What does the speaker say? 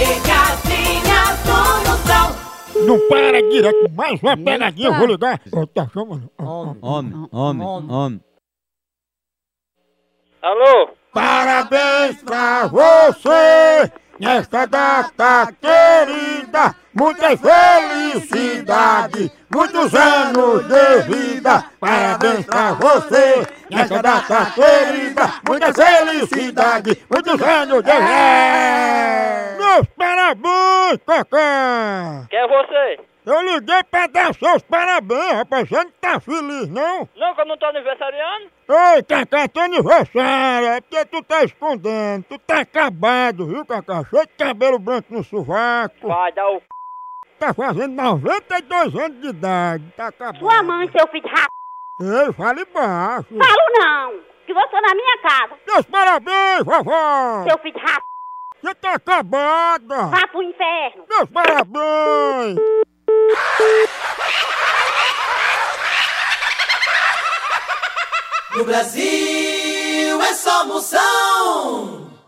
Pegadinha do Moção. Não para direto, mais uma pegadinha, eu vou ligar. Ô, Né? tá chamando. Ó, ó. Homem, homem, homem. Alô? Parabéns pra você nesta data querida. Muita felicidade, muitos anos de vida. Parabéns pra você nesta data querida. Muita felicidade, muitos anos de vida. Meus parabéns, Cacá. Quem é você? Eu liguei pra dar seus parabéns, rapaz. Você não tá feliz, não? Não, que eu não tô aniversariando? Ei, Cacá, teu aniversário, é porque tu tá escondendo, tu tá acabado, viu, Cacá? Cheio de cabelo branco no sovaco, Vai dar o c... tá fazendo 92 anos de idade, tá acabado. Sua mãe, seu filho de rap, Ei, fale baixo. falo não! Que você na minha casa, Meus parabéns, vovó! seu Ah. filho de rap, Você tá acabada! vá pro inferno! Meus parabéns! No Brasil é só moção.